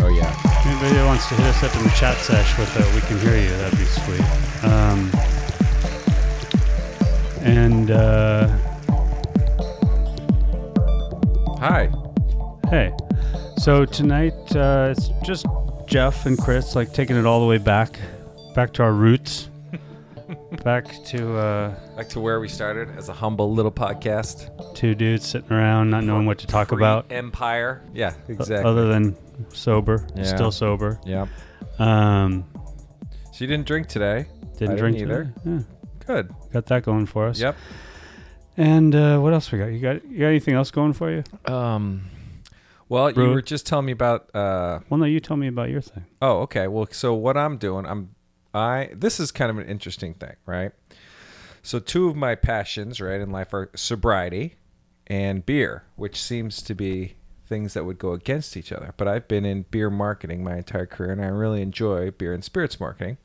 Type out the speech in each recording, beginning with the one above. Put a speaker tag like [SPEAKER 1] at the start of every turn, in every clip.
[SPEAKER 1] Oh yeah.
[SPEAKER 2] Anybody that wants to hit us up in the chat sesh with uh, "We Can Hear You," that'd be sweet. Um, and uh,
[SPEAKER 1] Hi.
[SPEAKER 2] hey, so tonight uh, it's just Jeff and Chris, like taking it all the way back, back to our roots, back to uh,
[SPEAKER 1] Back to where we started as a humble little podcast.
[SPEAKER 2] two dudes sitting around, not knowing what to talk about,
[SPEAKER 1] Empire. Yeah, exactly.
[SPEAKER 2] other than sober,
[SPEAKER 1] Yeah.
[SPEAKER 2] still sober.
[SPEAKER 1] yeah.
[SPEAKER 2] Um,
[SPEAKER 1] So you didn't drink today.
[SPEAKER 2] didn't
[SPEAKER 1] I
[SPEAKER 2] drink
[SPEAKER 1] either.
[SPEAKER 2] today. Yeah,
[SPEAKER 1] Good.
[SPEAKER 2] got that going for us.
[SPEAKER 1] Yep.
[SPEAKER 2] And uh, what else we got? You got you got anything else going for you?
[SPEAKER 1] Um. Well, you
[SPEAKER 2] Brew.
[SPEAKER 1] were just telling me about. Uh,
[SPEAKER 2] Well, no, you tell me about your thing.
[SPEAKER 1] oh, okay. Well, so what I'm doing, I'm, I. This is kind of an interesting thing, right? So two of my passions, right, in life are sobriety and beer, which seems to be things that would go against each other. But I've been in beer marketing my entire career, and I really enjoy beer and spirits marketing.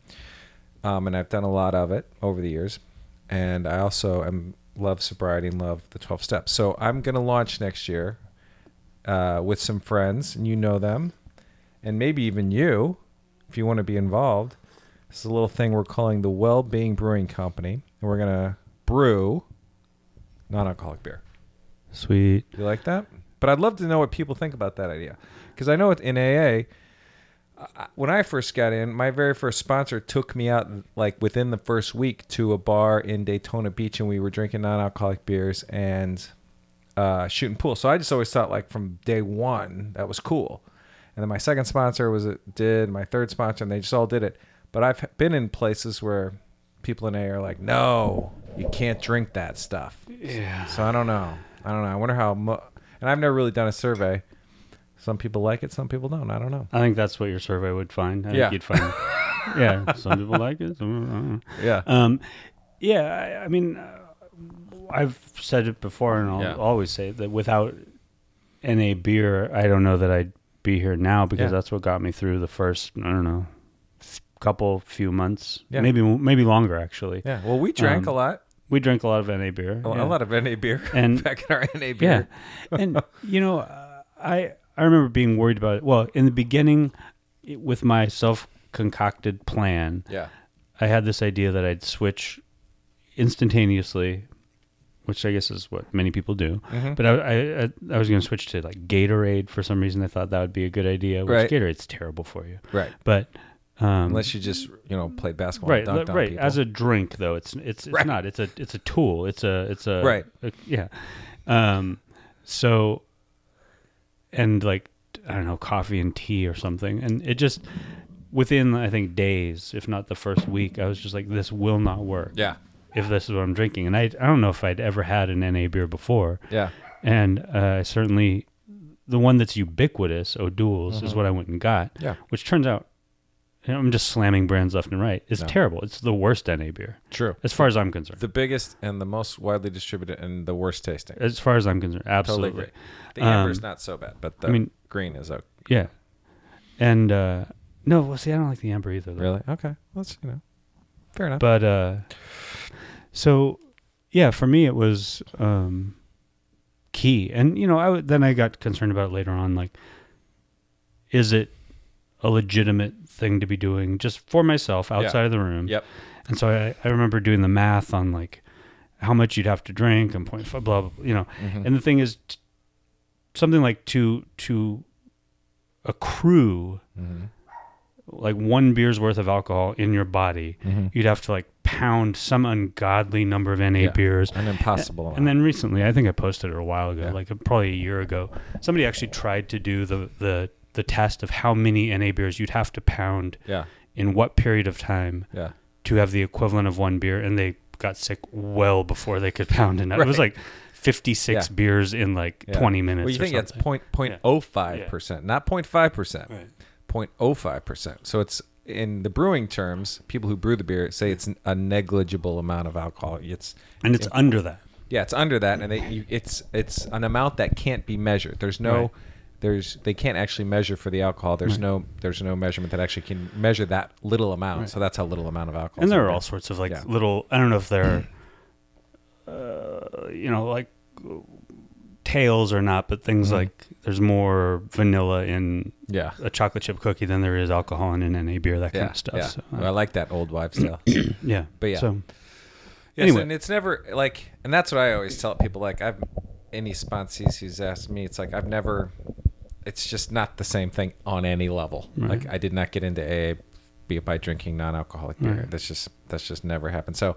[SPEAKER 1] Um, and I've done a lot of it over the years. And I also am love sobriety and love the 12 steps. So I'm going to launch next year uh, with some friends, and you know them, and maybe even you, if you want to be involved. This is a little thing we're calling the Well Being Brewing Company, and we're gonna brew non-alcoholic beer.
[SPEAKER 2] Sweet.
[SPEAKER 1] You like that? But I'd love to know what people think about that idea, because I know it- in AA, I- when I first got in, my very first sponsor took me out like within the first week to a bar in Daytona Beach, and we were drinking non-alcoholic beers and uh, shooting pool. So I just always thought like from day one that was cool, and then my second sponsor was did my third sponsor, and they just all did it. But I've been in places where people in AA are like, no, you can't drink that stuff. Yeah. So I don't know. I don't know. I wonder how. Mo- and I've never really done a survey. Some people like it, some people don't. I don't know.
[SPEAKER 2] I think that's what your survey would find. I
[SPEAKER 1] Yeah.
[SPEAKER 2] think you'd find. yeah, some people like it. Some, I don't know.
[SPEAKER 1] Yeah.
[SPEAKER 2] Um, yeah, I, I mean, uh, I've said it before, and I'll
[SPEAKER 1] Yeah.
[SPEAKER 2] always say that without NA beer, I don't know that I'd be here now because
[SPEAKER 1] Yeah.
[SPEAKER 2] that's what got me through the first, I don't know, f- couple few months,
[SPEAKER 1] Yeah.
[SPEAKER 2] maybe maybe longer actually.
[SPEAKER 1] Yeah. Well, we drank
[SPEAKER 2] Um,
[SPEAKER 1] a lot,
[SPEAKER 2] We drank a lot of NA beer.
[SPEAKER 1] a,
[SPEAKER 2] yeah.
[SPEAKER 1] a lot of NA beer
[SPEAKER 2] And-
[SPEAKER 1] back in our NA beer.
[SPEAKER 2] Yeah, and you know, uh, I I remember being worried about it. Well, in the beginning, it- with my self concocted plan,
[SPEAKER 1] Yeah.
[SPEAKER 2] I had this idea that I'd switch instantaneously, which I guess is what many people do.
[SPEAKER 1] Mm-hmm.
[SPEAKER 2] But I I, I, I was going to switch to like Gatorade for some reason. I thought that would be a good idea. Which
[SPEAKER 1] Right.
[SPEAKER 2] Gatorade's terrible for you,
[SPEAKER 1] Right.
[SPEAKER 2] but. Um,
[SPEAKER 1] Unless you just you know play basketball,
[SPEAKER 2] Right,
[SPEAKER 1] and dunked
[SPEAKER 2] li-
[SPEAKER 1] on
[SPEAKER 2] right.
[SPEAKER 1] people.
[SPEAKER 2] As a drink, though, it's it's it's
[SPEAKER 1] Right.
[SPEAKER 2] not. It's a it's a tool. It's a it's a
[SPEAKER 1] Right.
[SPEAKER 2] a- yeah. Um, so, and like I don't know, coffee and tea or something, and it just within I think days, if not the first week, I was just like, this will not work.
[SPEAKER 1] yeah,
[SPEAKER 2] If this is what I'm drinking, and I I don't know if I'd ever had an NA beer before,
[SPEAKER 1] yeah,
[SPEAKER 2] and uh, certainly the one that's ubiquitous, O'Doul's, is what I went and got.
[SPEAKER 1] Uh-huh. Yeah.
[SPEAKER 2] Which turns out, and I'm just slamming brands left and right. It's terrible. It's the worst NA beer,
[SPEAKER 1] true.
[SPEAKER 2] as far as I'm concerned.
[SPEAKER 1] The biggest and the most widely distributed and the worst tasting.
[SPEAKER 2] as far as I'm concerned,
[SPEAKER 1] Totally
[SPEAKER 2] absolutely.
[SPEAKER 1] agree. The amber's not so bad, but the
[SPEAKER 2] Um, I mean-
[SPEAKER 1] green is okay.
[SPEAKER 2] Yeah. And uh, no, well, see, I don't like the amber either. Though.
[SPEAKER 1] Really? Okay. Well, that's you know, fair enough.
[SPEAKER 2] But uh, so, yeah, for me it was um, key, and you know, I w- then I got concerned about it later on, like, is it a legitimate thing to be doing just for myself outside of the room?
[SPEAKER 1] yep.
[SPEAKER 2] And so I, I remember doing the math on like how much you'd have to drink and point five, blah, blah, blah, you know. And the thing is, t- something like to to accrue like one beer's worth of alcohol in your body, you'd have to like pound some ungodly number of NA
[SPEAKER 1] Yeah.
[SPEAKER 2] beers.
[SPEAKER 1] An impossible.
[SPEAKER 2] And then recently, I think I posted it a while ago,
[SPEAKER 1] Yeah.
[SPEAKER 2] like uh, probably a year ago. Somebody actually tried to do the the the test of how many NA beers you'd have to pound
[SPEAKER 1] yeah,
[SPEAKER 2] in what period of time
[SPEAKER 1] Yeah.
[SPEAKER 2] to have the equivalent of one beer, and they got sick well before they could pound enough. It was like fifty six
[SPEAKER 1] Yeah.
[SPEAKER 2] beers in like
[SPEAKER 1] Yeah.
[SPEAKER 2] twenty minutes.
[SPEAKER 1] Well, you
[SPEAKER 2] or
[SPEAKER 1] think that's
[SPEAKER 2] something.
[SPEAKER 1] point point oh five percent, not point five percent.
[SPEAKER 2] Right.
[SPEAKER 1] Point oh five percent. So it's in the brewing terms, people who brew the beer say it's n- a negligible amount of alcohol. It's
[SPEAKER 2] and it's under that.
[SPEAKER 1] yeah, it's under that, and they, you, it's it's an amount that can't be measured. There's no.
[SPEAKER 2] Right.
[SPEAKER 1] There's, they can't actually measure for the alcohol. There's no, there's no measurement that actually can measure that little amount. So that's how little amount of alcohol.
[SPEAKER 2] and
[SPEAKER 1] is in
[SPEAKER 2] there are all sorts of like
[SPEAKER 1] Yeah. Mm.
[SPEAKER 2] little i don't know if they're uh, you know like tails or not but things like there's more vanilla in
[SPEAKER 1] Mm-hmm. Yeah.
[SPEAKER 2] a chocolate chip cookie than there is alcohol in an NA beer that kind
[SPEAKER 1] Yeah,
[SPEAKER 2] of stuff
[SPEAKER 1] yeah.
[SPEAKER 2] so, uh,
[SPEAKER 1] I like that old wives' tale.
[SPEAKER 2] yeah
[SPEAKER 1] but yeah.
[SPEAKER 2] so
[SPEAKER 1] Yes,
[SPEAKER 2] Anyway.
[SPEAKER 1] and it's never like, and that's what I always tell people. Like, I've any sponsees who's asked me, it's like I've never. It's just not the same thing on any level. Like, I did not get into AA be by drinking non-alcoholic beer. That's just that's just never happened. So,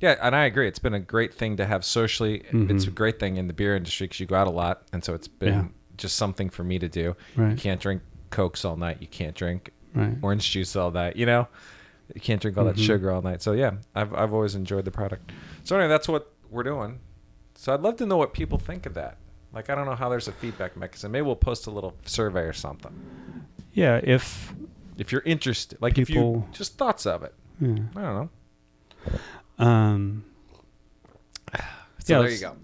[SPEAKER 1] yeah, and I agree. It's been a great thing to have socially. It's a great thing in the beer industry because you go out a lot, and so it's been
[SPEAKER 2] Mm-hmm. Yeah.
[SPEAKER 1] just something for me to do. You
[SPEAKER 2] Right.
[SPEAKER 1] can't drink cokes all night. You can't drink
[SPEAKER 2] Right. Mm-hmm.
[SPEAKER 1] orange juice all night. You know, you can't drink all that sugar all night. So yeah, I've I've always enjoyed the product. So anyway, that's what we're doing. So I'd love to know what people think of that. Like I don't know how there's a feedback mechanism. Maybe we'll post a little survey or something.
[SPEAKER 2] yeah if
[SPEAKER 1] If you're interested, like if
[SPEAKER 2] People-
[SPEAKER 1] you just thoughts of it. I don't know.
[SPEAKER 2] um
[SPEAKER 1] So
[SPEAKER 2] Yeah,
[SPEAKER 1] there you
[SPEAKER 2] let's-
[SPEAKER 1] go.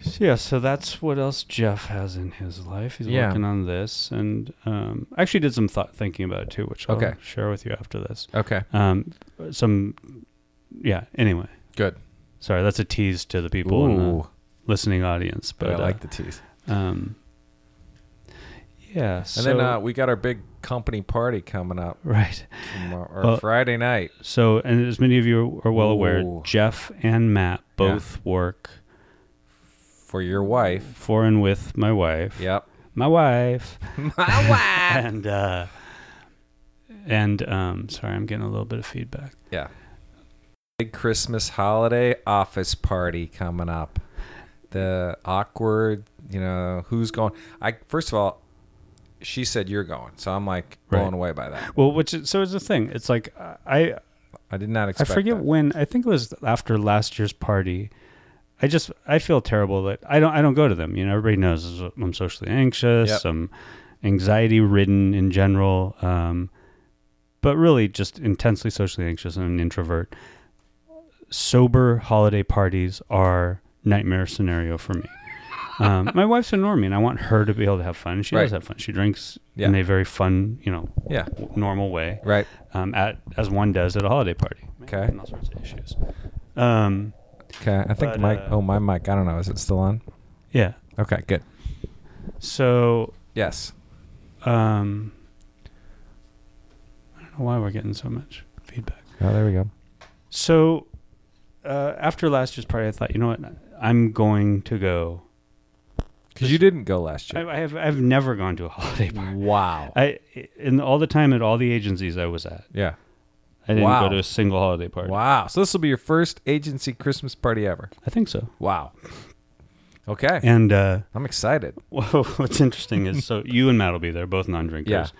[SPEAKER 2] So, yeah, so that's what else Jeff has in his life. He's
[SPEAKER 1] Yeah.
[SPEAKER 2] working on this, and um, I actually did some thought thinking about it too, which I'll
[SPEAKER 1] Okay.
[SPEAKER 2] share with you after this.
[SPEAKER 1] Okay,
[SPEAKER 2] Um, some, yeah. Anyway,
[SPEAKER 1] good.
[SPEAKER 2] sorry, that's a tease to the people in the
[SPEAKER 1] Ooh.
[SPEAKER 2] listening audience, but
[SPEAKER 1] I
[SPEAKER 2] uh,
[SPEAKER 1] like the tease.
[SPEAKER 2] um, yeah.
[SPEAKER 1] And then uh, we got our big company party coming up
[SPEAKER 2] right.
[SPEAKER 1] tomorrow, or
[SPEAKER 2] Well-
[SPEAKER 1] Friday night.
[SPEAKER 2] So, and as many of you are well aware,
[SPEAKER 1] Ooh.
[SPEAKER 2] Jeff and Matt both work
[SPEAKER 1] for your wife.
[SPEAKER 2] for and with my wife.
[SPEAKER 1] Yep.
[SPEAKER 2] My wife.
[SPEAKER 1] My wife.
[SPEAKER 2] and uh and um sorry i'm getting a little bit of feedback
[SPEAKER 1] Yeah. Big Christmas holiday office party coming up. The awkward, you know, who's going? I first of all, she said you're going, so I'm like blown
[SPEAKER 2] Right.
[SPEAKER 1] away by that.
[SPEAKER 2] well which is, so is the thing it's like i
[SPEAKER 1] I did not
[SPEAKER 2] i
[SPEAKER 1] expect.
[SPEAKER 2] forget
[SPEAKER 1] that.
[SPEAKER 2] when i think it was after last year's party i just i feel terrible that i don't i don't go to them you know everybody knows i'm socially anxious
[SPEAKER 1] Yep.
[SPEAKER 2] i'm anxiety ridden in general um but really just intensely socially anxious and an introvert sober holiday parties are nightmare scenario for me um, my wife's a normie, and I want her to be able to have fun. She
[SPEAKER 1] Right.
[SPEAKER 2] does have fun. She drinks
[SPEAKER 1] Yeah.
[SPEAKER 2] in a very fun, you know,
[SPEAKER 1] Yeah.
[SPEAKER 2] w- normal way,
[SPEAKER 1] Right.
[SPEAKER 2] Um, at as one does at a holiday party.
[SPEAKER 1] Okay.
[SPEAKER 2] And all sorts of issues. Um,
[SPEAKER 1] Okay, I think
[SPEAKER 2] But,
[SPEAKER 1] Mike.
[SPEAKER 2] uh,
[SPEAKER 1] oh, my mic. I don't know. Is it still on?
[SPEAKER 2] yeah.
[SPEAKER 1] Okay, good.
[SPEAKER 2] So,
[SPEAKER 1] Yes.
[SPEAKER 2] um, I don't know why we're getting so much feedback.
[SPEAKER 1] Oh, there we go.
[SPEAKER 2] So, uh, after last year's party, I thought, you know what, I'm going to go.
[SPEAKER 1] Because you didn't go last
[SPEAKER 2] I,
[SPEAKER 1] year.
[SPEAKER 2] I have I've never gone to a holiday party.
[SPEAKER 1] wow.
[SPEAKER 2] I in all the time at all the agencies I was at,
[SPEAKER 1] yeah.
[SPEAKER 2] I didn't
[SPEAKER 1] Wow.
[SPEAKER 2] go to a single holiday party.
[SPEAKER 1] Wow. So this will be your first agency Christmas party ever.
[SPEAKER 2] I think so.
[SPEAKER 1] Wow. Okay.
[SPEAKER 2] And uh,
[SPEAKER 1] I'm excited.
[SPEAKER 2] well, what's interesting is so you and Matt will be there, both non-drinkers.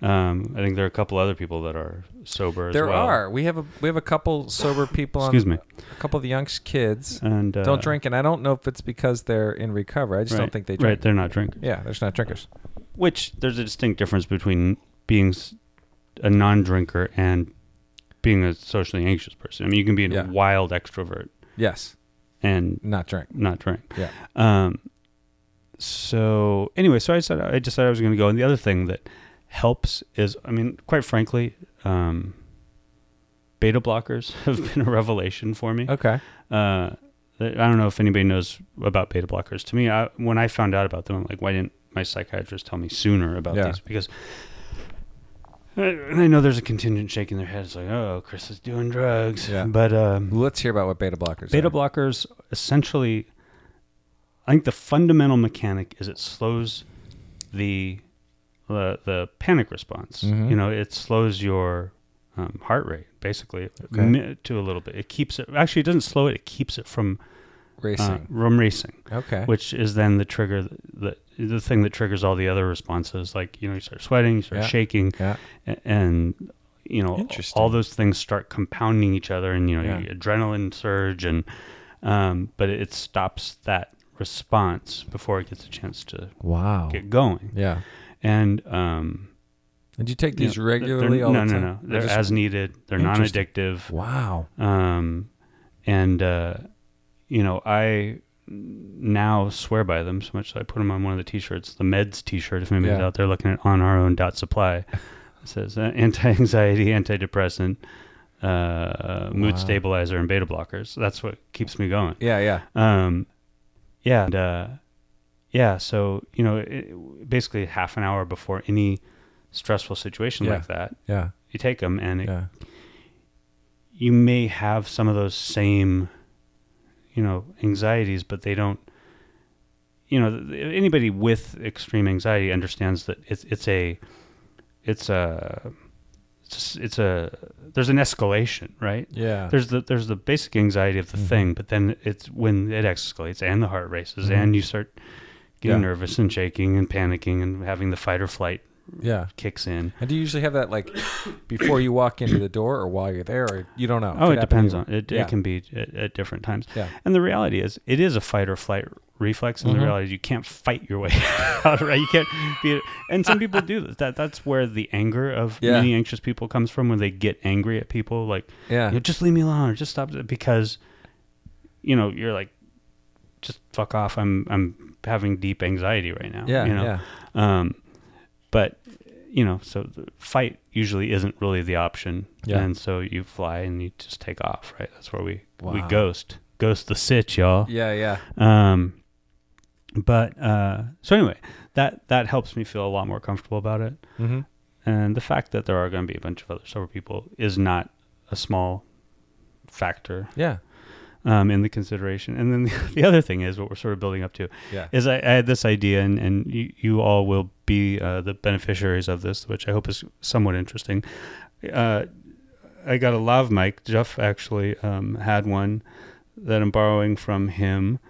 [SPEAKER 2] Um, I think there are a couple other people that are sober as
[SPEAKER 1] There
[SPEAKER 2] well.
[SPEAKER 1] are. We have a we have a couple sober people.
[SPEAKER 2] Excuse
[SPEAKER 1] on,
[SPEAKER 2] me.
[SPEAKER 1] A couple of the young kids
[SPEAKER 2] And uh,
[SPEAKER 1] don't drink, and I don't know if it's because they're in recovery. I just don't
[SPEAKER 2] right,
[SPEAKER 1] think they
[SPEAKER 2] Right,
[SPEAKER 1] drink.
[SPEAKER 2] they're not drinkers.
[SPEAKER 1] yeah, there's not drinkers.
[SPEAKER 2] Which there's a distinct difference between being s- a non-drinker and being a socially anxious person. I mean, you can be a
[SPEAKER 1] Yeah.
[SPEAKER 2] wild extrovert
[SPEAKER 1] Yes,
[SPEAKER 2] and
[SPEAKER 1] not drink.
[SPEAKER 2] not drink.
[SPEAKER 1] Yeah,
[SPEAKER 2] Um, so anyway, so I said I decided I was going to go, and the other thing that helps is, I mean, quite frankly, um, beta blockers have been a revelation for me.
[SPEAKER 1] okay.
[SPEAKER 2] Uh, that- I don't know if anybody knows about beta blockers. To me, I, when I found out about them, I'm like, why didn't my psychiatrist tell me sooner about
[SPEAKER 1] Yeah.
[SPEAKER 2] these? Because and I know there's a contingent shaking their heads like, oh, Chris is doing drugs,
[SPEAKER 1] Yeah.
[SPEAKER 2] but um,
[SPEAKER 1] Let's hear about what beta blockers.
[SPEAKER 2] Beta
[SPEAKER 1] are.
[SPEAKER 2] blockers essentially, I think the fundamental mechanic is it slows the the, the panic response.
[SPEAKER 1] Mm-hmm.
[SPEAKER 2] You know, it slows your um, heart rate basically mi- to a little bit. It keeps it actually it doesn't slow it. It keeps it from uh,
[SPEAKER 1] racing.
[SPEAKER 2] from racing,
[SPEAKER 1] okay.
[SPEAKER 2] which is then the trigger that, that the thing that triggers all the other responses. Like you know, you start sweating, you start
[SPEAKER 1] Yeah.
[SPEAKER 2] shaking,
[SPEAKER 1] Yeah.
[SPEAKER 2] a- and you know,
[SPEAKER 1] Interesting.
[SPEAKER 2] all those things start compounding each other, and you know,
[SPEAKER 1] Yeah.
[SPEAKER 2] adrenaline surge, and um, but it stops that response before it gets a chance to
[SPEAKER 1] Wow.
[SPEAKER 2] get going.
[SPEAKER 1] Yeah.
[SPEAKER 2] And um,
[SPEAKER 1] And you take
[SPEAKER 2] you
[SPEAKER 1] these
[SPEAKER 2] know, they're-
[SPEAKER 1] regularly
[SPEAKER 2] they're-
[SPEAKER 1] all
[SPEAKER 2] no,
[SPEAKER 1] the
[SPEAKER 2] no,
[SPEAKER 1] time?
[SPEAKER 2] no,
[SPEAKER 1] Or
[SPEAKER 2] They're
[SPEAKER 1] just-
[SPEAKER 2] as needed. They're
[SPEAKER 1] Interesting.
[SPEAKER 2] non-addictive
[SPEAKER 1] wow.
[SPEAKER 2] um, and uh, you know I now swear by them so much that I put them on one of the T-shirts, the Meds T-shirt. If anybody's
[SPEAKER 1] Yeah.
[SPEAKER 2] out there looking at on our own dot supply, it says uh, anti-anxiety, antidepressant, uh, uh, mood
[SPEAKER 1] Wow.
[SPEAKER 2] stabilizer, and beta blockers. That's what keeps me going.
[SPEAKER 1] Yeah, yeah.
[SPEAKER 2] Um, yeah, and, uh, yeah. So you know, it, basically half an hour before any stressful situation
[SPEAKER 1] Yeah.
[SPEAKER 2] like that,
[SPEAKER 1] Yeah.
[SPEAKER 2] you take them, and it
[SPEAKER 1] Yeah.
[SPEAKER 2] you may have some of those same you know anxieties but they don't you know th- th- anybody with extreme anxiety understands that it's it's a it's a it's, it's a there's an escalation right
[SPEAKER 1] Yeah. Mm-hmm.
[SPEAKER 2] there's the there's the basic anxiety of the thing but then it's when it escalates and the heart races and you start getting
[SPEAKER 1] Mm-hmm. Yeah.
[SPEAKER 2] nervous and shaking and panicking and having the fight or flight
[SPEAKER 1] yeah.
[SPEAKER 2] kicks in
[SPEAKER 1] And do you usually have that like before you walk into the door or while you're there or you don't know?
[SPEAKER 2] Oh, it
[SPEAKER 1] could happen
[SPEAKER 2] depends on
[SPEAKER 1] anywhere.
[SPEAKER 2] it.
[SPEAKER 1] Yeah.
[SPEAKER 2] It can be at, at different times.
[SPEAKER 1] Yeah. Mm-hmm.
[SPEAKER 2] And the reality is, it is a fight or flight reflex. And the reality is, you can't fight your way out. Right? You can't be. And some people do this. that. That's where the anger of
[SPEAKER 1] Yeah.
[SPEAKER 2] many anxious people comes from. When they get angry at people, like,
[SPEAKER 1] Yeah.
[SPEAKER 2] you know, just leave me alone or just stop it," because, you know, you're like, just fuck off. I'm I'm having deep anxiety right now.
[SPEAKER 1] Yeah,
[SPEAKER 2] You know.
[SPEAKER 1] yeah.
[SPEAKER 2] Um, but you know, so the fight usually isn't really the option.
[SPEAKER 1] Yeah.
[SPEAKER 2] And so you fly and you just take off, right? That's where we we
[SPEAKER 1] Wow.
[SPEAKER 2] ghost. Ghost the sit, y'all.
[SPEAKER 1] Yeah, yeah.
[SPEAKER 2] Um but uh so anyway, that that helps me feel a lot more comfortable about it.
[SPEAKER 1] Mm-hmm.
[SPEAKER 2] And the fact that there are going to be a bunch of other sober people is not a small factor
[SPEAKER 1] Yeah.
[SPEAKER 2] um, in the consideration. And then the, the other thing is what we're sort of building up to
[SPEAKER 1] Yeah.
[SPEAKER 2] is I, I had this idea, and, and you, you all will be uh, the beneficiaries of this, which I hope is somewhat interesting. Uh, I got a lav mic. Jeff actually um, had one that I'm borrowing from him.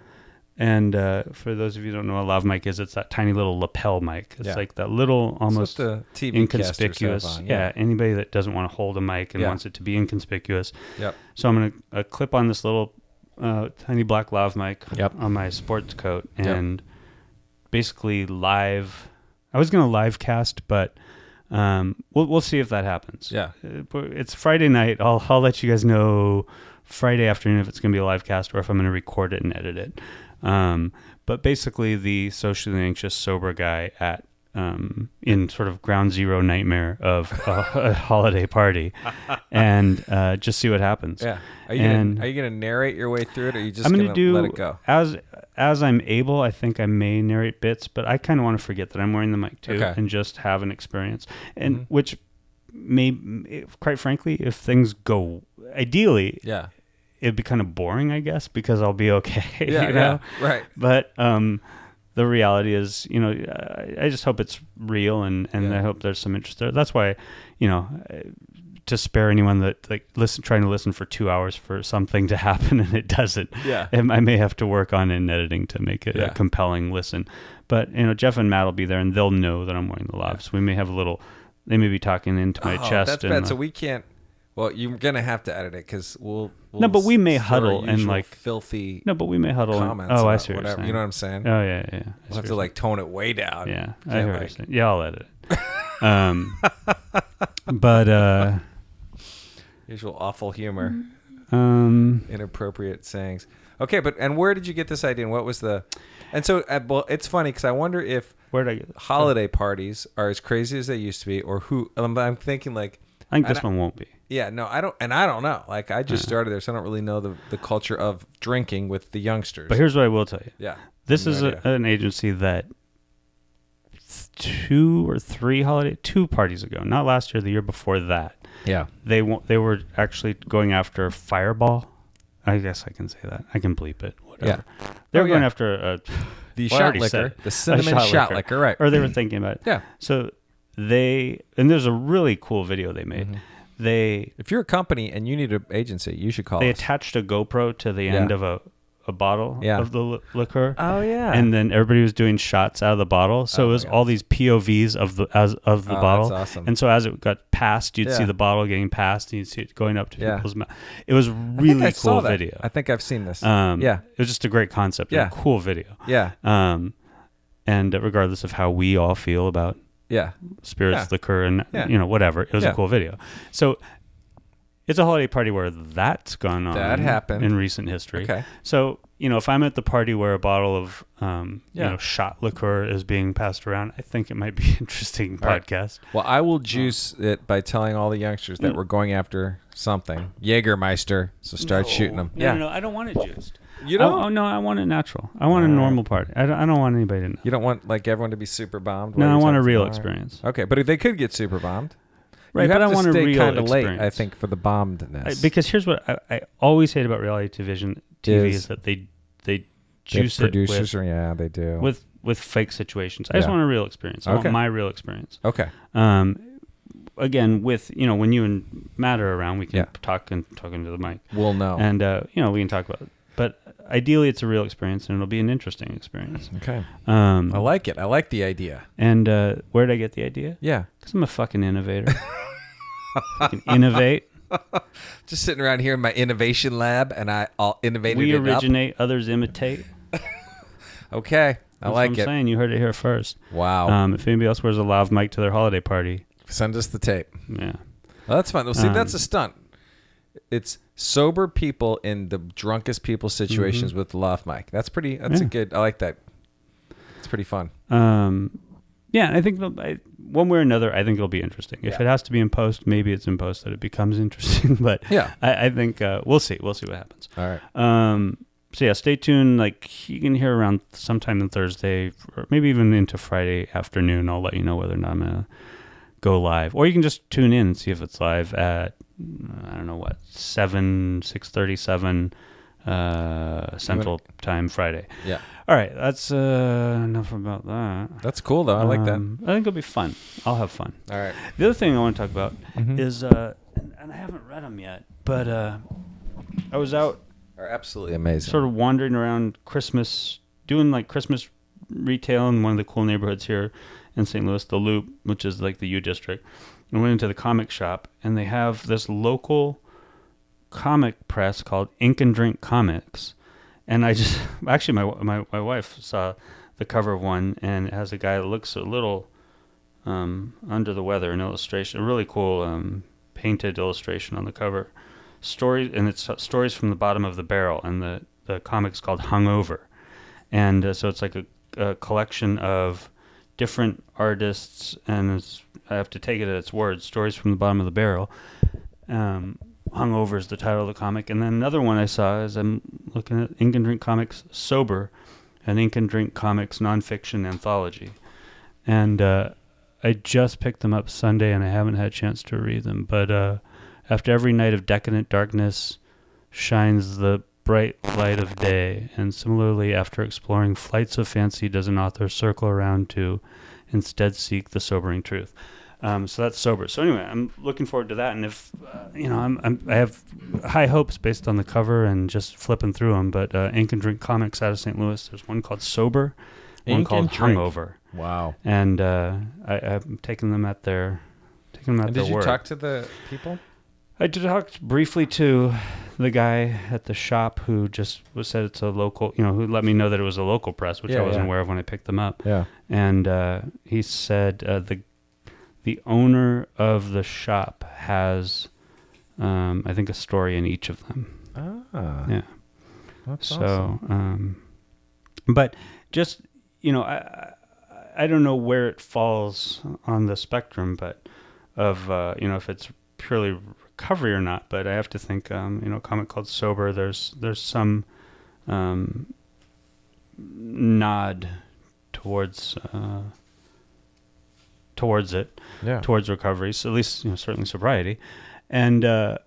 [SPEAKER 2] And uh, for those of you who don't know what a lav mic is, it's that tiny little lapel mic. It's
[SPEAKER 1] Yeah.
[SPEAKER 2] like that little, almost
[SPEAKER 1] That's what the TV casters have
[SPEAKER 2] inconspicuous.
[SPEAKER 1] on,
[SPEAKER 2] yeah. anybody that doesn't want to hold a mic and
[SPEAKER 1] Yeah.
[SPEAKER 2] wants it to be inconspicuous.
[SPEAKER 1] Yep.
[SPEAKER 2] So I'm gonna uh, clip on this little uh, tiny black lav mic
[SPEAKER 1] Yep.
[SPEAKER 2] on my sports coat
[SPEAKER 1] Yep.
[SPEAKER 2] and basically live. I was gonna live cast, but um, we'll we'll see if that happens.
[SPEAKER 1] Yeah.
[SPEAKER 2] Uh, but it's Friday night. I'll I'll let you guys know Friday afternoon if it's gonna be a live cast or if I'm gonna record it and edit it. Um, but basically, the socially anxious sober guy at um, in sort of ground zero nightmare of a, a holiday party, and uh, just see what happens.
[SPEAKER 1] Yeah. Are you
[SPEAKER 2] And-
[SPEAKER 1] gonna, are you gonna narrate your way through it, or are you just
[SPEAKER 2] I'm
[SPEAKER 1] gonna,
[SPEAKER 2] gonna do
[SPEAKER 1] let it go?
[SPEAKER 2] as as I'm able. I think I may narrate bits, but I kind of want to forget that I'm wearing the mic too
[SPEAKER 1] Okay. Mm-hmm.
[SPEAKER 2] and just have an experience. And which may, if- quite frankly, if things go ideally,
[SPEAKER 1] Yeah.
[SPEAKER 2] it'd be kind of boring, I guess, because I'll be okay.
[SPEAKER 1] Yeah.
[SPEAKER 2] you know?
[SPEAKER 1] yeah. Right.
[SPEAKER 2] But um, the reality is, you know, I, I just hope it's real, and and
[SPEAKER 1] Yeah.
[SPEAKER 2] I hope there's some interest there. That's why, you know. I- To spare anyone that like listen, trying to listen for two hours for something to happen and it doesn't,
[SPEAKER 1] Yeah.
[SPEAKER 2] um, I may have to work on in editing to make it
[SPEAKER 1] Yeah.
[SPEAKER 2] a compelling listen. But you know, Jeff and Matt will be there, and they'll know that I'm wearing the lobs. We may have a little. They may be talking into my
[SPEAKER 1] Oh,
[SPEAKER 2] chest.
[SPEAKER 1] That's
[SPEAKER 2] and,
[SPEAKER 1] bad.
[SPEAKER 2] uh,
[SPEAKER 1] so we can't. Well, you're gonna have to edit it because we'll, we'll.
[SPEAKER 2] No, but we may
[SPEAKER 1] store our
[SPEAKER 2] huddle and,
[SPEAKER 1] usual
[SPEAKER 2] like-
[SPEAKER 1] filthy
[SPEAKER 2] no, but we may huddle. and-
[SPEAKER 1] comments.
[SPEAKER 2] oh, I
[SPEAKER 1] about
[SPEAKER 2] see what you're
[SPEAKER 1] whatever.
[SPEAKER 2] saying.
[SPEAKER 1] You know what I'm saying?
[SPEAKER 2] Oh yeah, yeah. yeah. I see
[SPEAKER 1] we'll have
[SPEAKER 2] what
[SPEAKER 1] to like tone it way down.
[SPEAKER 2] Yeah, I hear
[SPEAKER 1] Can't,
[SPEAKER 2] what you're
[SPEAKER 1] like-
[SPEAKER 2] saying. Yeah, I'll edit. it. um, but uh,
[SPEAKER 1] Usual awful humor,
[SPEAKER 2] um,
[SPEAKER 1] inappropriate sayings. Okay, but and where did you get this idea? And what was the? And so, uh, well, it's funny because I wonder if
[SPEAKER 2] where did I? Get this?
[SPEAKER 1] holiday parties are as crazy as they used to be, or who? I'm, I'm thinking like,
[SPEAKER 2] I think this
[SPEAKER 1] And I-
[SPEAKER 2] one won't be.
[SPEAKER 1] yeah, no, I don't, and I don't know. Like, I
[SPEAKER 2] Uh-huh.
[SPEAKER 1] just started there, so I don't really know the the culture of drinking with the youngsters.
[SPEAKER 2] But here's what I will tell you.
[SPEAKER 1] yeah,
[SPEAKER 2] This
[SPEAKER 1] No
[SPEAKER 2] is a,
[SPEAKER 1] idea.
[SPEAKER 2] an agency that two or three holiday two parties ago, not last year, the year before that,
[SPEAKER 1] yeah,
[SPEAKER 2] they wa- they were actually going after Fireball. I guess I can say that. I can bleep it. Whatever. They
[SPEAKER 1] Oh,
[SPEAKER 2] were going
[SPEAKER 1] yeah.
[SPEAKER 2] after a, well, I
[SPEAKER 1] The shot
[SPEAKER 2] already
[SPEAKER 1] liquor,
[SPEAKER 2] said it.
[SPEAKER 1] the
[SPEAKER 2] A
[SPEAKER 1] cinnamon shot liquor, right. Mm-hmm.
[SPEAKER 2] Or they were thinking about it.
[SPEAKER 1] Yeah.
[SPEAKER 2] So they and there's a really cool video they made. They
[SPEAKER 1] Mm-hmm. If you're a company and you need an agency, you should call
[SPEAKER 2] they
[SPEAKER 1] us.
[SPEAKER 2] attached a GoPro to the end
[SPEAKER 1] Yeah.
[SPEAKER 2] of a a bottle
[SPEAKER 1] Yeah.
[SPEAKER 2] of the li- liquor.
[SPEAKER 1] Oh, yeah.
[SPEAKER 2] And then everybody was doing shots out of the bottle, so it was all these POVs of the as of the
[SPEAKER 1] Oh,
[SPEAKER 2] bottle.
[SPEAKER 1] that's awesome.
[SPEAKER 2] And so as it got passed, you'd see
[SPEAKER 1] Yeah.
[SPEAKER 2] the bottle getting passed, and you'd see it going up to
[SPEAKER 1] Yeah.
[SPEAKER 2] people's mouth. It was
[SPEAKER 1] I think
[SPEAKER 2] really
[SPEAKER 1] I saw
[SPEAKER 2] cool
[SPEAKER 1] that.
[SPEAKER 2] video.
[SPEAKER 1] I think I've seen this.
[SPEAKER 2] Um,
[SPEAKER 1] yeah.
[SPEAKER 2] it was just a great concept. and
[SPEAKER 1] Yeah.
[SPEAKER 2] a cool video.
[SPEAKER 1] Yeah.
[SPEAKER 2] Um, and regardless of how we all feel about
[SPEAKER 1] Yeah.
[SPEAKER 2] spirits,
[SPEAKER 1] Yeah.
[SPEAKER 2] liquor, and
[SPEAKER 1] Yeah.
[SPEAKER 2] you know whatever, it was
[SPEAKER 1] Yeah.
[SPEAKER 2] a cool video. So it's a holiday party where that's gone on.
[SPEAKER 1] That happened.
[SPEAKER 2] in recent history.
[SPEAKER 1] Okay.
[SPEAKER 2] So you know, if I'm at the party where a bottle of um,
[SPEAKER 1] Yeah.
[SPEAKER 2] you know shot liquor is being passed around, I think it might be an interesting
[SPEAKER 1] right.
[SPEAKER 2] podcast.
[SPEAKER 1] Well, I
[SPEAKER 2] uh,
[SPEAKER 1] will juice it by telling all the youngsters
[SPEAKER 2] Mm.
[SPEAKER 1] that we're going after something. Jägermeister. So start shooting them.
[SPEAKER 2] No,
[SPEAKER 1] Oh. yeah.
[SPEAKER 2] no, no, I don't want it juiced.
[SPEAKER 1] You
[SPEAKER 2] I-
[SPEAKER 1] don't? Uh.
[SPEAKER 2] oh no, I want it natural. I want a normal party. I don't, I don't want anybody to know.
[SPEAKER 1] You don't want like everyone to be super bombed.
[SPEAKER 2] No,
[SPEAKER 1] while
[SPEAKER 2] I
[SPEAKER 1] you're
[SPEAKER 2] want a
[SPEAKER 1] talking?
[SPEAKER 2] real
[SPEAKER 1] All right.
[SPEAKER 2] experience.
[SPEAKER 1] Okay, but they could get super bombed.
[SPEAKER 2] Right,
[SPEAKER 1] you
[SPEAKER 2] but
[SPEAKER 1] have
[SPEAKER 2] I
[SPEAKER 1] to
[SPEAKER 2] want a
[SPEAKER 1] stay
[SPEAKER 2] real
[SPEAKER 1] kinda late, I
[SPEAKER 2] experience.
[SPEAKER 1] think, for the
[SPEAKER 2] I-
[SPEAKER 1] bombedness.
[SPEAKER 2] because here's what I, I always hate about reality television TV is,
[SPEAKER 1] Is-
[SPEAKER 2] that they they
[SPEAKER 1] The
[SPEAKER 2] juice it
[SPEAKER 1] producers
[SPEAKER 2] with,
[SPEAKER 1] are yeah, they do.
[SPEAKER 2] with with fake situations. I just
[SPEAKER 1] Yeah.
[SPEAKER 2] want a real experience. I
[SPEAKER 1] Okay. Oh.
[SPEAKER 2] want my real experience.
[SPEAKER 1] okay,
[SPEAKER 2] Um, again, with you know when you and Matt are around, we can
[SPEAKER 1] Yeah.
[SPEAKER 2] talk and talk into the mic,
[SPEAKER 1] we'll know.
[SPEAKER 2] and uh, you know we can talk about. It. But ideally, it's a real experience, and it'll be an interesting experience.
[SPEAKER 1] okay,
[SPEAKER 2] Um,
[SPEAKER 1] I like it. I like the idea.
[SPEAKER 2] and uh, where did I get the idea?
[SPEAKER 1] Yeah,
[SPEAKER 2] Because I'm a fucking innovator. fucking innovate.
[SPEAKER 1] just sitting around here in my innovation lab, and I all innovated
[SPEAKER 2] We
[SPEAKER 1] it
[SPEAKER 2] originate, others imitate.
[SPEAKER 1] up. Okay, I
[SPEAKER 2] That's
[SPEAKER 1] like
[SPEAKER 2] what I'm
[SPEAKER 1] it. Oh.
[SPEAKER 2] saying you heard it here first.
[SPEAKER 1] Wow,
[SPEAKER 2] Um, if anybody else wears a lav mic to their holiday party,
[SPEAKER 1] send us the tape.
[SPEAKER 2] yeah,
[SPEAKER 1] Well, that's fun. Well, see, that's
[SPEAKER 2] Um,
[SPEAKER 1] a stunt. It's sober people in the drunkest people situations with laugh mic. That's pretty. That's
[SPEAKER 2] Mm-hmm.
[SPEAKER 1] a
[SPEAKER 2] Yeah.
[SPEAKER 1] good. I like that. It's pretty fun.
[SPEAKER 2] um, yeah. I think it'll- I, one way or another, I think it'll be interesting. If
[SPEAKER 1] Yeah.
[SPEAKER 2] it has to be in post, maybe it's in post that it becomes interesting. but
[SPEAKER 1] Yeah.
[SPEAKER 2] I, I think uh, we'll see. We'll see what happens.
[SPEAKER 1] All right.
[SPEAKER 2] Um, so yeah, stay tuned. Like you can hear around sometime on Thursday, or maybe even into Friday afternoon. I'll let you know whether or not I'm gonna go live, or you can just tune in and see if it's live at mm, I don't know what seven six thirty seven uh, Central Time Friday.
[SPEAKER 1] Yeah,
[SPEAKER 2] All right, that's uh, enough about that.
[SPEAKER 1] that's cool though. I like
[SPEAKER 2] Um, I think it'll be fun. I'll have fun.
[SPEAKER 1] that. All right.
[SPEAKER 2] The other thing I want to talk about
[SPEAKER 1] Mm-hmm.
[SPEAKER 2] is, uh, and, and I haven't read them yet, but uh, I was out
[SPEAKER 1] Are absolutely amazing.
[SPEAKER 2] sort of wandering around Christmas, doing like Christmas retail in one of the cool neighborhoods here in St. Louis, the Loop, which is like the U District. And went into the comic shop, and they have this local comic press called Ink and Drink Comics. And I just actually my my my wife saw the cover of one, and it has a guy that looks a little um, under the weather, an illustration, a really cool um, painted illustration on the cover. Stories, and it's stories from the bottom of the barrel, and the the comic's called Hungover, and uh, so it's like a, a collection of different artists, and it's, I have to take it at its word. Stories from the bottom of the barrel. Um, Hungover is the title of the comic, and then another one I saw is I'm looking at Ink and Drink Comics Sober, an Ink and Drink Comics nonfiction anthology, and uh, I just picked them up Sunday, and I haven't had a chance to read them. But uh, after every night of decadent darkness, shines the bright light of day, and similarly, after exploring flights of fancy, does an author circle around to instead seek the sobering truth. Um, so that's sober. So anyway, I'm looking forward to that, and if uh, you know, I'm, I'm I have high hopes based on the cover and just flipping through them. But uh, Ink and Drink Comics out of St. Louis, there's one called Sober, one
[SPEAKER 1] Ink
[SPEAKER 2] called
[SPEAKER 1] and Drink.
[SPEAKER 2] Hungover,
[SPEAKER 1] Wow.
[SPEAKER 2] and uh, I, I'm taking them at their taking them at
[SPEAKER 1] And
[SPEAKER 2] their
[SPEAKER 1] did you
[SPEAKER 2] word.
[SPEAKER 1] talk to the people?
[SPEAKER 2] I talked briefly to the guy at the shop who just was said it's a local, you know, who let me know that it was a local press, which I
[SPEAKER 1] Yeah,
[SPEAKER 2] wasn't
[SPEAKER 1] yeah.
[SPEAKER 2] aware of when I picked them up.
[SPEAKER 1] Yeah.
[SPEAKER 2] And uh, he said uh, the the owner of the shop has, um, I think, a story in each of them.
[SPEAKER 1] Ah,
[SPEAKER 2] Yeah.
[SPEAKER 1] that's
[SPEAKER 2] so,
[SPEAKER 1] awesome.
[SPEAKER 2] um, but just you know, I I- I don't know where it falls on the spectrum, but of uh, you know if it's purely recovery or not. But I have to think, um, you know, a comic called Sober. There's there's some um, nod towards uh, towards it
[SPEAKER 1] Yeah.
[SPEAKER 2] towards recovery, so at least you know certainly sobriety, and uh,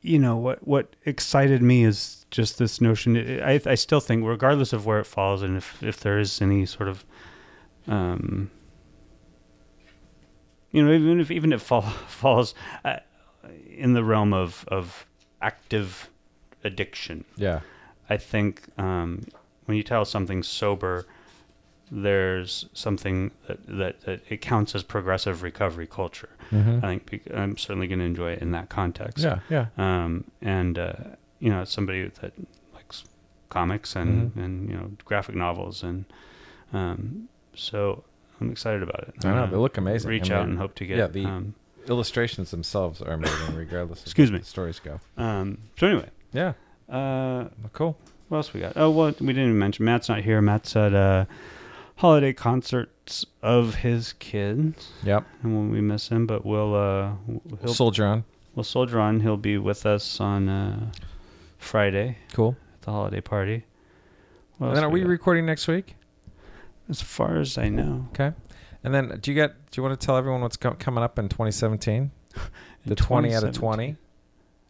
[SPEAKER 2] you know what what excited me is just this notion. I I still think, regardless of where it falls, and if if there is any sort of, um, you know, even if even if fall, falls uh, in the realm of of active addiction,
[SPEAKER 1] yeah.
[SPEAKER 2] I think um, when you tell something sober, there's something that, that, that it counts as progressive recovery culture. I think bec- I'm certainly going to enjoy it in that context
[SPEAKER 1] Mm-hmm. Yeah, yeah.
[SPEAKER 2] um, and uh, you know somebody that likes comics and
[SPEAKER 1] Mm-hmm.
[SPEAKER 2] and you know graphic novels and um, so I'm excited about it.
[SPEAKER 1] I know,
[SPEAKER 2] I'm gonna
[SPEAKER 1] they look amazing.
[SPEAKER 2] Reach
[SPEAKER 1] I
[SPEAKER 2] out
[SPEAKER 1] mean,
[SPEAKER 2] and hope to get.
[SPEAKER 1] yeah, the-
[SPEAKER 2] um,
[SPEAKER 1] Illustrations themselves are amazing, regardless of
[SPEAKER 2] Excuse
[SPEAKER 1] what
[SPEAKER 2] me.
[SPEAKER 1] the stories go.
[SPEAKER 2] um, so anyway,
[SPEAKER 1] Yeah,
[SPEAKER 2] uh,
[SPEAKER 1] well, cool.
[SPEAKER 2] what else we got? Oh well, we didn't even mention Matt's not here. Matt's at uh, holiday concerts of his kids,
[SPEAKER 1] Yep.
[SPEAKER 2] and when we miss him, but we'll uh, w- he'll,
[SPEAKER 1] Soldier on.
[SPEAKER 2] we'll soldier on. He'll be with us on uh, Friday
[SPEAKER 1] Cool.
[SPEAKER 2] at the holiday party. What
[SPEAKER 1] And
[SPEAKER 2] else
[SPEAKER 1] then are we
[SPEAKER 2] got?
[SPEAKER 1] recording next week?
[SPEAKER 2] As far as I know,
[SPEAKER 1] Okay. And then do you got? Do you want to tell everyone what's co- coming up in 2017?
[SPEAKER 2] In
[SPEAKER 1] The 20 out of 20.
[SPEAKER 2] 2017.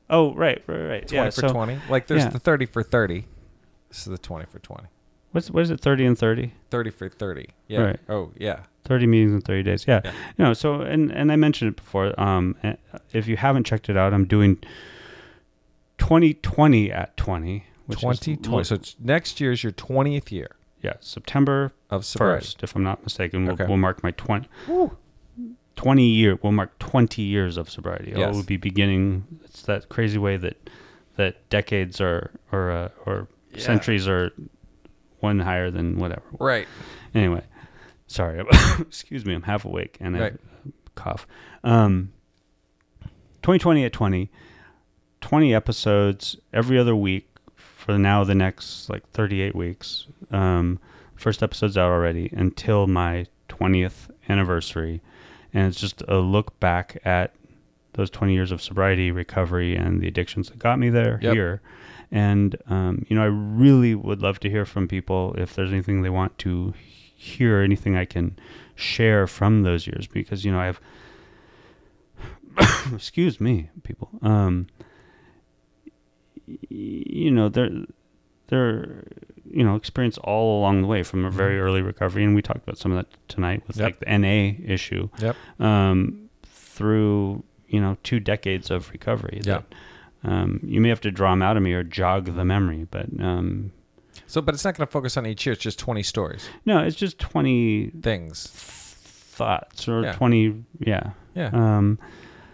[SPEAKER 2] Oh, right, right, right.
[SPEAKER 1] 20
[SPEAKER 2] yeah. so
[SPEAKER 1] for 20. Like there's
[SPEAKER 2] yeah.
[SPEAKER 1] the 30 for 30. This is the 20 for 20.
[SPEAKER 2] what's what is it? Thirty and thirty.
[SPEAKER 1] 30 for 30. Yeah.
[SPEAKER 2] Right.
[SPEAKER 1] Oh, yeah.
[SPEAKER 2] Thirty meetings in thirty days. Yeah.
[SPEAKER 1] Yeah.
[SPEAKER 2] No. So and and I mentioned it before. Um, eh, if you haven't checked it out, I'm doing twenty twenty at twenty. Which is
[SPEAKER 1] 2020.
[SPEAKER 2] like-
[SPEAKER 1] So it's- next year's your 20th year
[SPEAKER 2] yeah, September
[SPEAKER 1] of sobriety.
[SPEAKER 2] first, if I'm not mistaken, will
[SPEAKER 1] Okay.
[SPEAKER 2] will mark my twenty. 20 year will mark 20 years of sobriety i
[SPEAKER 1] Yes.
[SPEAKER 2] will be beginning it's that crazy way that that decades are or uh, or centuries are one higher than whatever
[SPEAKER 1] Right.
[SPEAKER 2] anyway sorry excuse me i'm half awake and
[SPEAKER 1] Right.
[SPEAKER 2] i cough um 2020 at 20 20 episodes every other week for now the next like 38 weeks um first episode's out already until my 20th anniversary and it's just a look back at those 20 years of sobriety recovery and the addictions that got me there
[SPEAKER 1] Yep.
[SPEAKER 2] here and um, you know i really would love to hear from people if there's anything they want to hear anything i can share from those years because you know i have excuse me people um y- you know they're they're you know experience all along the way from a very early recovery and we talked about some of that tonight with
[SPEAKER 1] Mm-hmm. Yep.
[SPEAKER 2] like the na issue
[SPEAKER 1] Yep.
[SPEAKER 2] um, through you know two decades of recovery.
[SPEAKER 1] Yeah.
[SPEAKER 2] that, um, you may have to draw them out of me or jog the memory, but um,
[SPEAKER 1] So, but it's not going to focus on each year. It's just 20 stories,
[SPEAKER 2] no, it's just twenty
[SPEAKER 1] things,
[SPEAKER 2] thoughts or
[SPEAKER 1] Yeah.
[SPEAKER 2] twenty. Yeah.
[SPEAKER 1] Yeah.
[SPEAKER 2] Um,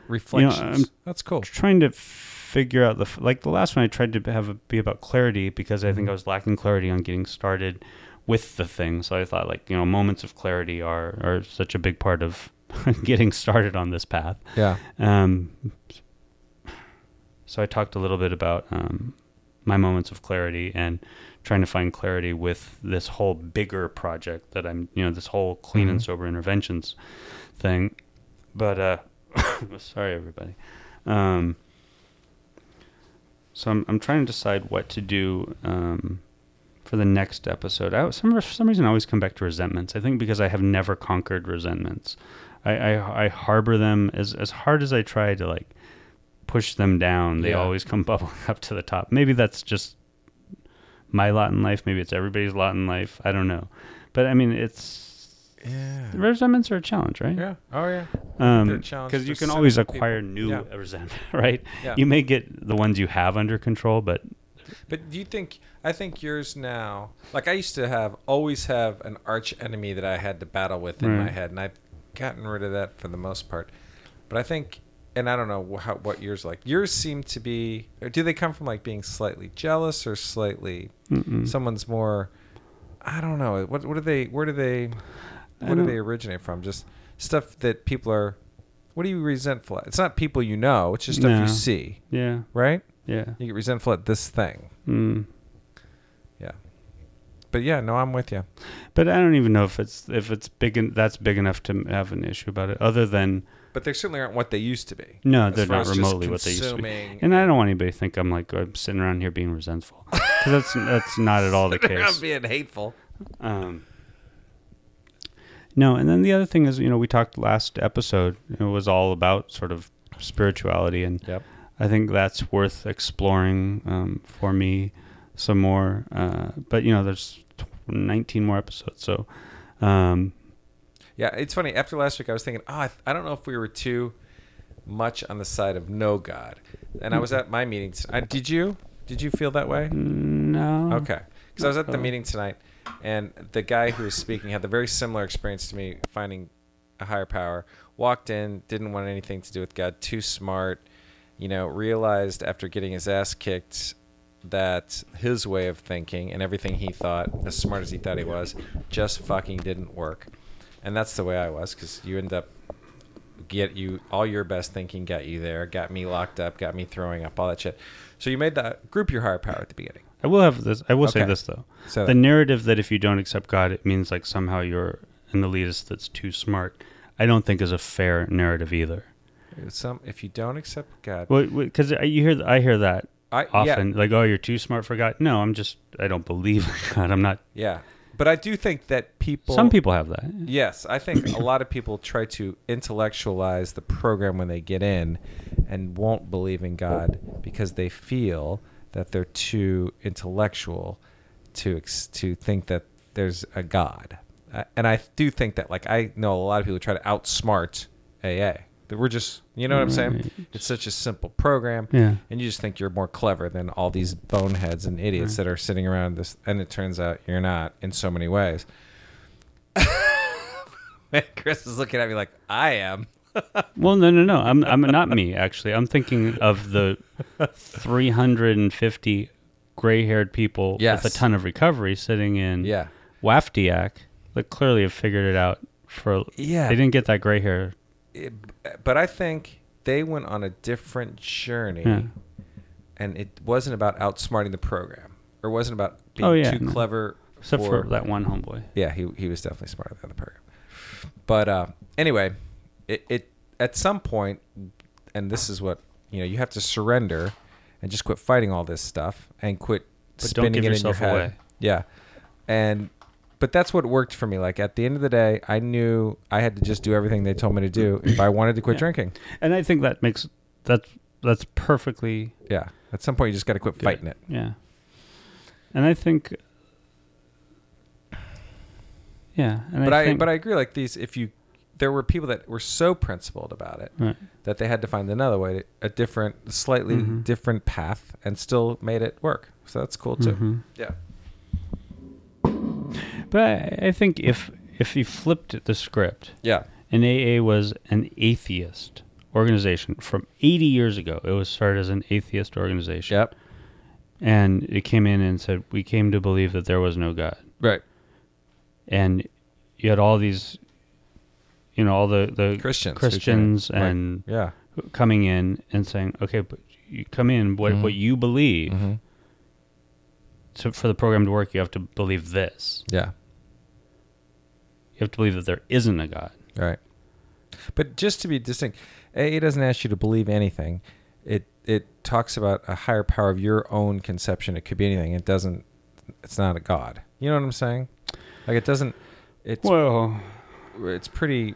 [SPEAKER 1] reflections.
[SPEAKER 2] I'm-
[SPEAKER 1] That's cool.
[SPEAKER 2] trying to figure out the f- like the last one I tried to have it be about clarity because I think I was lacking clarity on getting started with the thing. So I thought like you know moments of clarity are are such a big part of getting started on this path.
[SPEAKER 1] Yeah.
[SPEAKER 2] Um, so I talked a little bit about um, my moments of clarity and trying to find clarity with this whole bigger project that I'm, you know, this whole clean and sober interventions thing. But uh, sorry, everybody. Um, so I'm, I'm trying to decide what to do um, for the next episode. I some for some reason I always come back to resentments. I think because I have never conquered resentments. I I, I harbor them as as hard as I try to like push them down. They
[SPEAKER 1] Yeah.
[SPEAKER 2] always come bubbling up to the top. Maybe that's just my lot in life. Maybe it's everybody's lot in life. I don't know. But I mean, it's
[SPEAKER 1] Yeah.
[SPEAKER 2] resentments are a challenge, right?
[SPEAKER 1] Yeah. Oh, yeah. They're a
[SPEAKER 2] Um,
[SPEAKER 1] challenge
[SPEAKER 2] because
[SPEAKER 1] for
[SPEAKER 2] you can
[SPEAKER 1] cynical
[SPEAKER 2] always
[SPEAKER 1] people.
[SPEAKER 2] acquire new
[SPEAKER 1] Yeah.
[SPEAKER 2] resentment, right?
[SPEAKER 1] Yeah.
[SPEAKER 2] You may get the ones you have under control, but
[SPEAKER 1] But do you think I think yours now? Like I used to have always have an arch enemy that I had to battle with in my
[SPEAKER 2] Right.
[SPEAKER 1] head, and I've gotten rid of that for the most part. But I think, and I don't know wh- how, what yours like. Yours seem to be. Or do they come from like being slightly jealous or slightly someone's more? I don't know. What what do they? Where do they? Where do
[SPEAKER 2] don't-
[SPEAKER 1] they originate from? Just stuff that people are. What are you resentful at? It's not people you know. It's just stuff
[SPEAKER 2] No.
[SPEAKER 1] you see,
[SPEAKER 2] yeah,
[SPEAKER 1] right?
[SPEAKER 2] yeah.
[SPEAKER 1] You get resentful at this thing.
[SPEAKER 2] Mm.
[SPEAKER 1] Yeah. But yeah, no, I'm with you.
[SPEAKER 2] But I don't even know if it's if it's big en- that's big enough to have an issue about it. Other than
[SPEAKER 1] But they certainly aren't what they used to be.
[SPEAKER 2] no,
[SPEAKER 1] As
[SPEAKER 2] they're
[SPEAKER 1] far
[SPEAKER 2] not
[SPEAKER 1] as just
[SPEAKER 2] remotely what they used to be.
[SPEAKER 1] consuming
[SPEAKER 2] And I don't want anybody to think I'm like I'm sitting around here being resentful because that's that's not at all the
[SPEAKER 1] I'm
[SPEAKER 2] case.
[SPEAKER 1] being hateful.
[SPEAKER 2] Um, no, and then the other thing is, you know, we talked last episode. It was all about sort of spirituality, and
[SPEAKER 1] Yep.
[SPEAKER 2] I think that's worth exploring um, for me some more. Uh, but you know, there's tw- 19 more episodes, so um,
[SPEAKER 1] Yeah, it's funny. After last week, I was thinking, oh, I, th- I don't know if we were too much
[SPEAKER 2] Hmm.
[SPEAKER 1] on the side of no God. And I was at my meetings. I, did you? Did you feel that way?
[SPEAKER 2] No.
[SPEAKER 1] Okay. Because I was at the meeting tonight, and the guy who was speaking had the very similar experience to me, finding a higher power. Walked in, didn't want anything to do with God, too smart. You know, realized after getting his ass kicked that his way of thinking and everything he thought, as smart as he thought he was, just fucking didn't work. And that's the way I was, because you end up get you all your best thinking got you there, got me locked up, got me throwing up, all that shit. So you made that group your higher power at the beginning.
[SPEAKER 2] I will have this. I will say
[SPEAKER 1] Okay.
[SPEAKER 2] this though.
[SPEAKER 1] So-
[SPEAKER 2] the narrative that if you don't accept God, it means like somehow you're an elitist that's too smart. I don't think is a fair narrative either.
[SPEAKER 1] Some, if you don't accept God,
[SPEAKER 2] Because you hear, th- I hear that
[SPEAKER 1] I- yeah.
[SPEAKER 2] often. Like, oh, you're too smart for God. No, I'm just. I don't believe in God. I'm not.
[SPEAKER 1] yeah. But I do think that people,
[SPEAKER 2] Some people have that.
[SPEAKER 1] yes, I think a lot of people try to intellectualize the program when they get in, and won't believe in God because they feel that they're too intellectual to ex- to think that there's a God. Uh, and I do think that, like, I know a lot of people try to outsmart AA. That we're just, you know what I'm saying? It's such a simple program.
[SPEAKER 2] Yeah.
[SPEAKER 1] and you just think you're more clever than all these boneheads and idiots that are sitting around this and it turns out you're not in so many ways chris is looking at me like i am
[SPEAKER 2] Well, no, no, no. I'm, I'm not me actually. I'm thinking of the 350 gray-haired people
[SPEAKER 1] Yes.
[SPEAKER 2] with a ton of recovery sitting in
[SPEAKER 1] Yeah.
[SPEAKER 2] Waftiac that clearly have figured it out for
[SPEAKER 1] Yeah.
[SPEAKER 2] They didn't get that gray hair.
[SPEAKER 1] but i think they went on a different journey
[SPEAKER 2] Yeah.
[SPEAKER 1] and it wasn't about outsmarting the program or it wasn't about being
[SPEAKER 2] Oh, yeah,
[SPEAKER 1] too
[SPEAKER 2] no.
[SPEAKER 1] clever
[SPEAKER 2] Except for that one homeboy.
[SPEAKER 1] yeah, he he was definitely smarter than the program. But uh, anyway, it, it at some point, and this is what you know, you have to surrender and just quit fighting all this stuff and quit
[SPEAKER 2] But don't
[SPEAKER 1] spinning
[SPEAKER 2] give
[SPEAKER 1] it
[SPEAKER 2] yourself
[SPEAKER 1] in your head.
[SPEAKER 2] away.
[SPEAKER 1] Yeah, and but that's what worked for me. Like at the end of the day, I knew I had to just do everything they told me to do if I wanted to quit drinking.
[SPEAKER 2] And I think that makes that's that's perfectly
[SPEAKER 1] Yeah, at some point you just got to quit fighting it.
[SPEAKER 2] yeah. And I think yeah, and
[SPEAKER 1] But
[SPEAKER 2] I,
[SPEAKER 1] I,
[SPEAKER 2] think,
[SPEAKER 1] but I agree. Like these, if you there were people that were so principled about it
[SPEAKER 2] Right.
[SPEAKER 1] that they had to find another way, to, a different, slightly different path, and still made it work. So that's cool too.
[SPEAKER 2] Mm-hmm.
[SPEAKER 1] Yeah.
[SPEAKER 2] but I, I think if if you flipped the script
[SPEAKER 1] Yeah.
[SPEAKER 2] And AA was an atheist organization from 80 years ago. It was started as an atheist organization.
[SPEAKER 1] Yep.
[SPEAKER 2] And it came in and said, We came to believe that there was no God.
[SPEAKER 1] Right.
[SPEAKER 2] And you had all these, you know, all the, the
[SPEAKER 1] Christians. who
[SPEAKER 2] Christians
[SPEAKER 1] came in. Right.
[SPEAKER 2] and
[SPEAKER 1] yeah.
[SPEAKER 2] coming in and saying, Okay, but you come in, what, what you believe. So for the program to work, you have to believe this.
[SPEAKER 1] Yeah.
[SPEAKER 2] You have to believe that there isn't a God.
[SPEAKER 1] Right. But just to be distinct, AA doesn't ask you to believe anything. It it talks about a higher power of your own conception. It could be anything. It doesn't. It's not a god. You know what I'm saying? Like it doesn't. It's
[SPEAKER 2] Well,
[SPEAKER 1] it's pretty.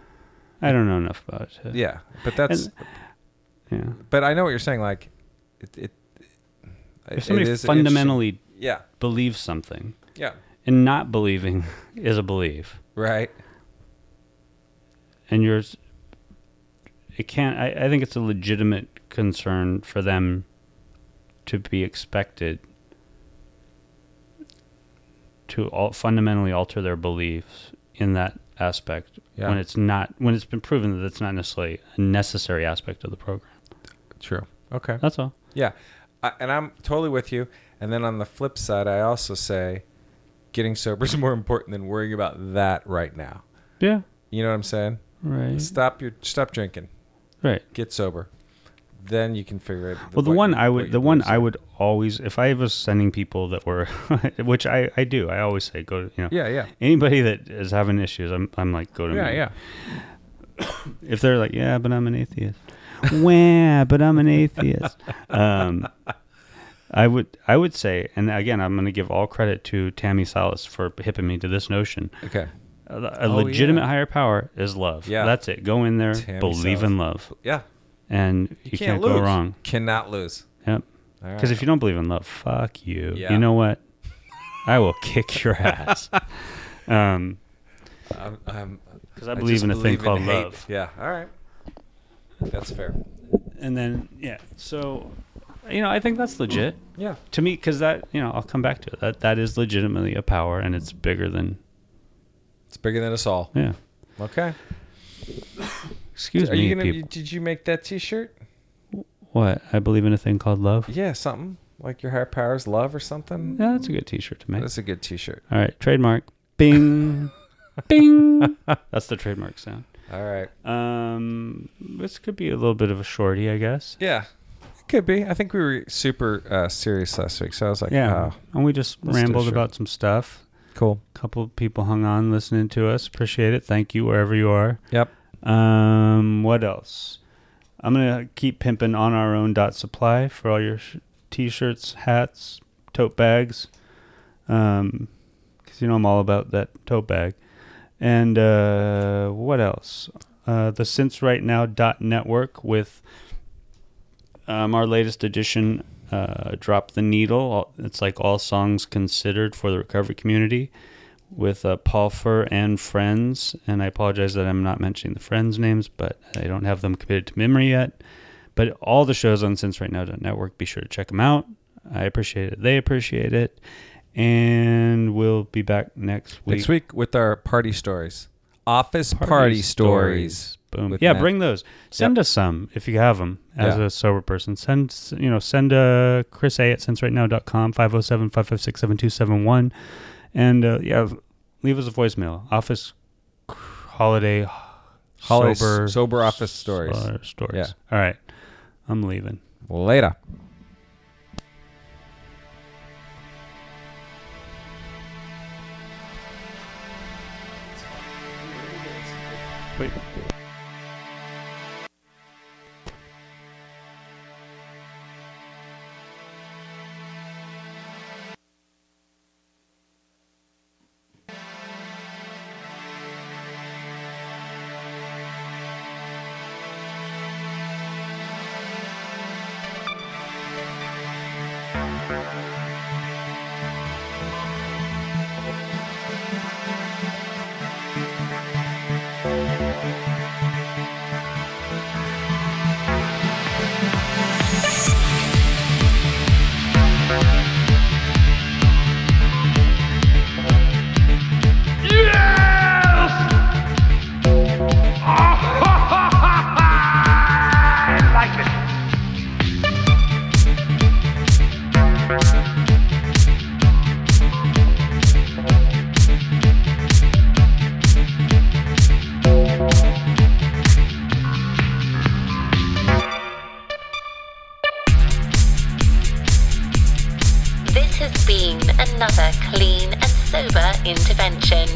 [SPEAKER 2] I don't know enough about it. to-
[SPEAKER 1] Yeah. But that's.
[SPEAKER 2] Yeah.
[SPEAKER 1] but I know what you're saying. Like it. it it
[SPEAKER 2] if somebody
[SPEAKER 1] is an
[SPEAKER 2] fundamentally
[SPEAKER 1] interesting- yeah,
[SPEAKER 2] believes something
[SPEAKER 1] yeah,
[SPEAKER 2] and not believing is a belief
[SPEAKER 1] right,
[SPEAKER 2] and yours it can't I, I think it's a legitimate concern for them to be expected to all, fundamentally alter their beliefs in that aspect
[SPEAKER 1] Yeah.
[SPEAKER 2] when it's not when it's been proven that it's not necessarily a necessary aspect of the program
[SPEAKER 1] true. Okay,
[SPEAKER 2] that's all
[SPEAKER 1] yeah, I, and I'm totally with you. And then on the flip side, I also say, getting sober is more important than worrying about that right now.
[SPEAKER 2] yeah
[SPEAKER 1] You know what I'm saying?
[SPEAKER 2] right
[SPEAKER 1] Stop your stop drinking,
[SPEAKER 2] right
[SPEAKER 1] get sober, then you can figure it.
[SPEAKER 2] Well, the
[SPEAKER 1] what
[SPEAKER 2] one
[SPEAKER 1] you-
[SPEAKER 2] I
[SPEAKER 1] what
[SPEAKER 2] would,
[SPEAKER 1] your
[SPEAKER 2] the one
[SPEAKER 1] beliefs
[SPEAKER 2] I
[SPEAKER 1] are.
[SPEAKER 2] would always, if I was sending people that were, which I, I do, I always say go to, you know,
[SPEAKER 1] Yeah, yeah.
[SPEAKER 2] anybody that is having issues, I'm, I'm like go to
[SPEAKER 1] Yeah,
[SPEAKER 2] me.
[SPEAKER 1] yeah,
[SPEAKER 2] If they're like, yeah, but I'm an atheist, wow, but I'm an atheist. Um, I would, I would say, and again, I'm going to give all credit to Tammy Salas for hipping me to this notion.
[SPEAKER 1] okay.
[SPEAKER 2] A, a
[SPEAKER 1] Oh,
[SPEAKER 2] legitimate
[SPEAKER 1] yeah.
[SPEAKER 2] higher power is love.
[SPEAKER 1] Yeah.
[SPEAKER 2] that's it. Go in there,
[SPEAKER 1] Tammy
[SPEAKER 2] believe
[SPEAKER 1] Salas.
[SPEAKER 2] in love,
[SPEAKER 1] Yeah,
[SPEAKER 2] and you, can't,
[SPEAKER 1] lose.
[SPEAKER 2] go wrong.
[SPEAKER 1] Cannot lose.
[SPEAKER 2] Yep.
[SPEAKER 1] All right.
[SPEAKER 2] Because if you don't believe in love, fuck you.
[SPEAKER 1] Yeah.
[SPEAKER 2] You know what? I will kick your ass. Um,
[SPEAKER 1] I'm, I'm,
[SPEAKER 2] 'Cause I believe
[SPEAKER 1] just
[SPEAKER 2] in a thing
[SPEAKER 1] believe
[SPEAKER 2] called
[SPEAKER 1] hate.
[SPEAKER 2] love.
[SPEAKER 1] Yeah. All right. That's fair.
[SPEAKER 2] and then yeah, so you know, I think that's legit
[SPEAKER 1] Yeah.
[SPEAKER 2] to me because that you know I'll come back to it. That that is legitimately a power, and it's bigger than
[SPEAKER 1] It's bigger than us all.
[SPEAKER 2] yeah.
[SPEAKER 1] Okay.
[SPEAKER 2] Excuse
[SPEAKER 1] Are
[SPEAKER 2] me,
[SPEAKER 1] you gonna?
[SPEAKER 2] people.
[SPEAKER 1] Did you make that T-shirt?
[SPEAKER 2] what I believe in a thing called love.
[SPEAKER 1] Yeah, something like your higher powers love or something.
[SPEAKER 2] Yeah, that's a good T-shirt to make.
[SPEAKER 1] That's a good T-shirt.
[SPEAKER 2] All right, trademark. Bing, bing. That's the trademark sound.
[SPEAKER 1] All right.
[SPEAKER 2] Um, this could be a little bit of a shorty, I guess.
[SPEAKER 1] Yeah, it could be. I think we were super uh, serious last week, so I was like,
[SPEAKER 2] Yeah,
[SPEAKER 1] oh,
[SPEAKER 2] and we just
[SPEAKER 1] do a
[SPEAKER 2] rambled
[SPEAKER 1] short.
[SPEAKER 2] about some stuff.
[SPEAKER 1] cool.
[SPEAKER 2] A couple people hung on listening to us. Appreciate it. Thank you wherever you are.
[SPEAKER 1] Yep.
[SPEAKER 2] Um, what else? I'm gonna keep pimping on our own dot supply for all your sh- t-shirts, hats, tote bags. Um, because you know I'm all about that tote bag. And uh, what else? Uh, the since right now dot network with um, our latest edition. Uh, drop the needle. All- It's like all songs considered for the recovery community with uh, Paul Fur and friends. And I apologize that I'm not mentioning the friends' names, but I don't have them committed to memory yet. But all the shows on Since Right Now Network, be sure to check them out. I appreciate it. They appreciate it. And we'll be back next week.
[SPEAKER 1] Next week with our party stories, office party, stories.
[SPEAKER 2] Boom.
[SPEAKER 1] with
[SPEAKER 2] Yeah,
[SPEAKER 1] Matt.
[SPEAKER 2] bring those. Send us some if you have them as
[SPEAKER 1] Yeah.
[SPEAKER 2] a sober person. Send s- you know send uh, Chris A at senserightnow.com 507-556-7271 and uh, yeah, leave us a voicemail. Office c- holiday
[SPEAKER 1] Holiday
[SPEAKER 2] sober
[SPEAKER 1] s- sober office stories.
[SPEAKER 2] sober stories.
[SPEAKER 1] Yeah.
[SPEAKER 2] All right. I'm leaving.
[SPEAKER 1] Later.
[SPEAKER 2] Wait.
[SPEAKER 3] I like it.
[SPEAKER 4] This has been another clean and sober intervention.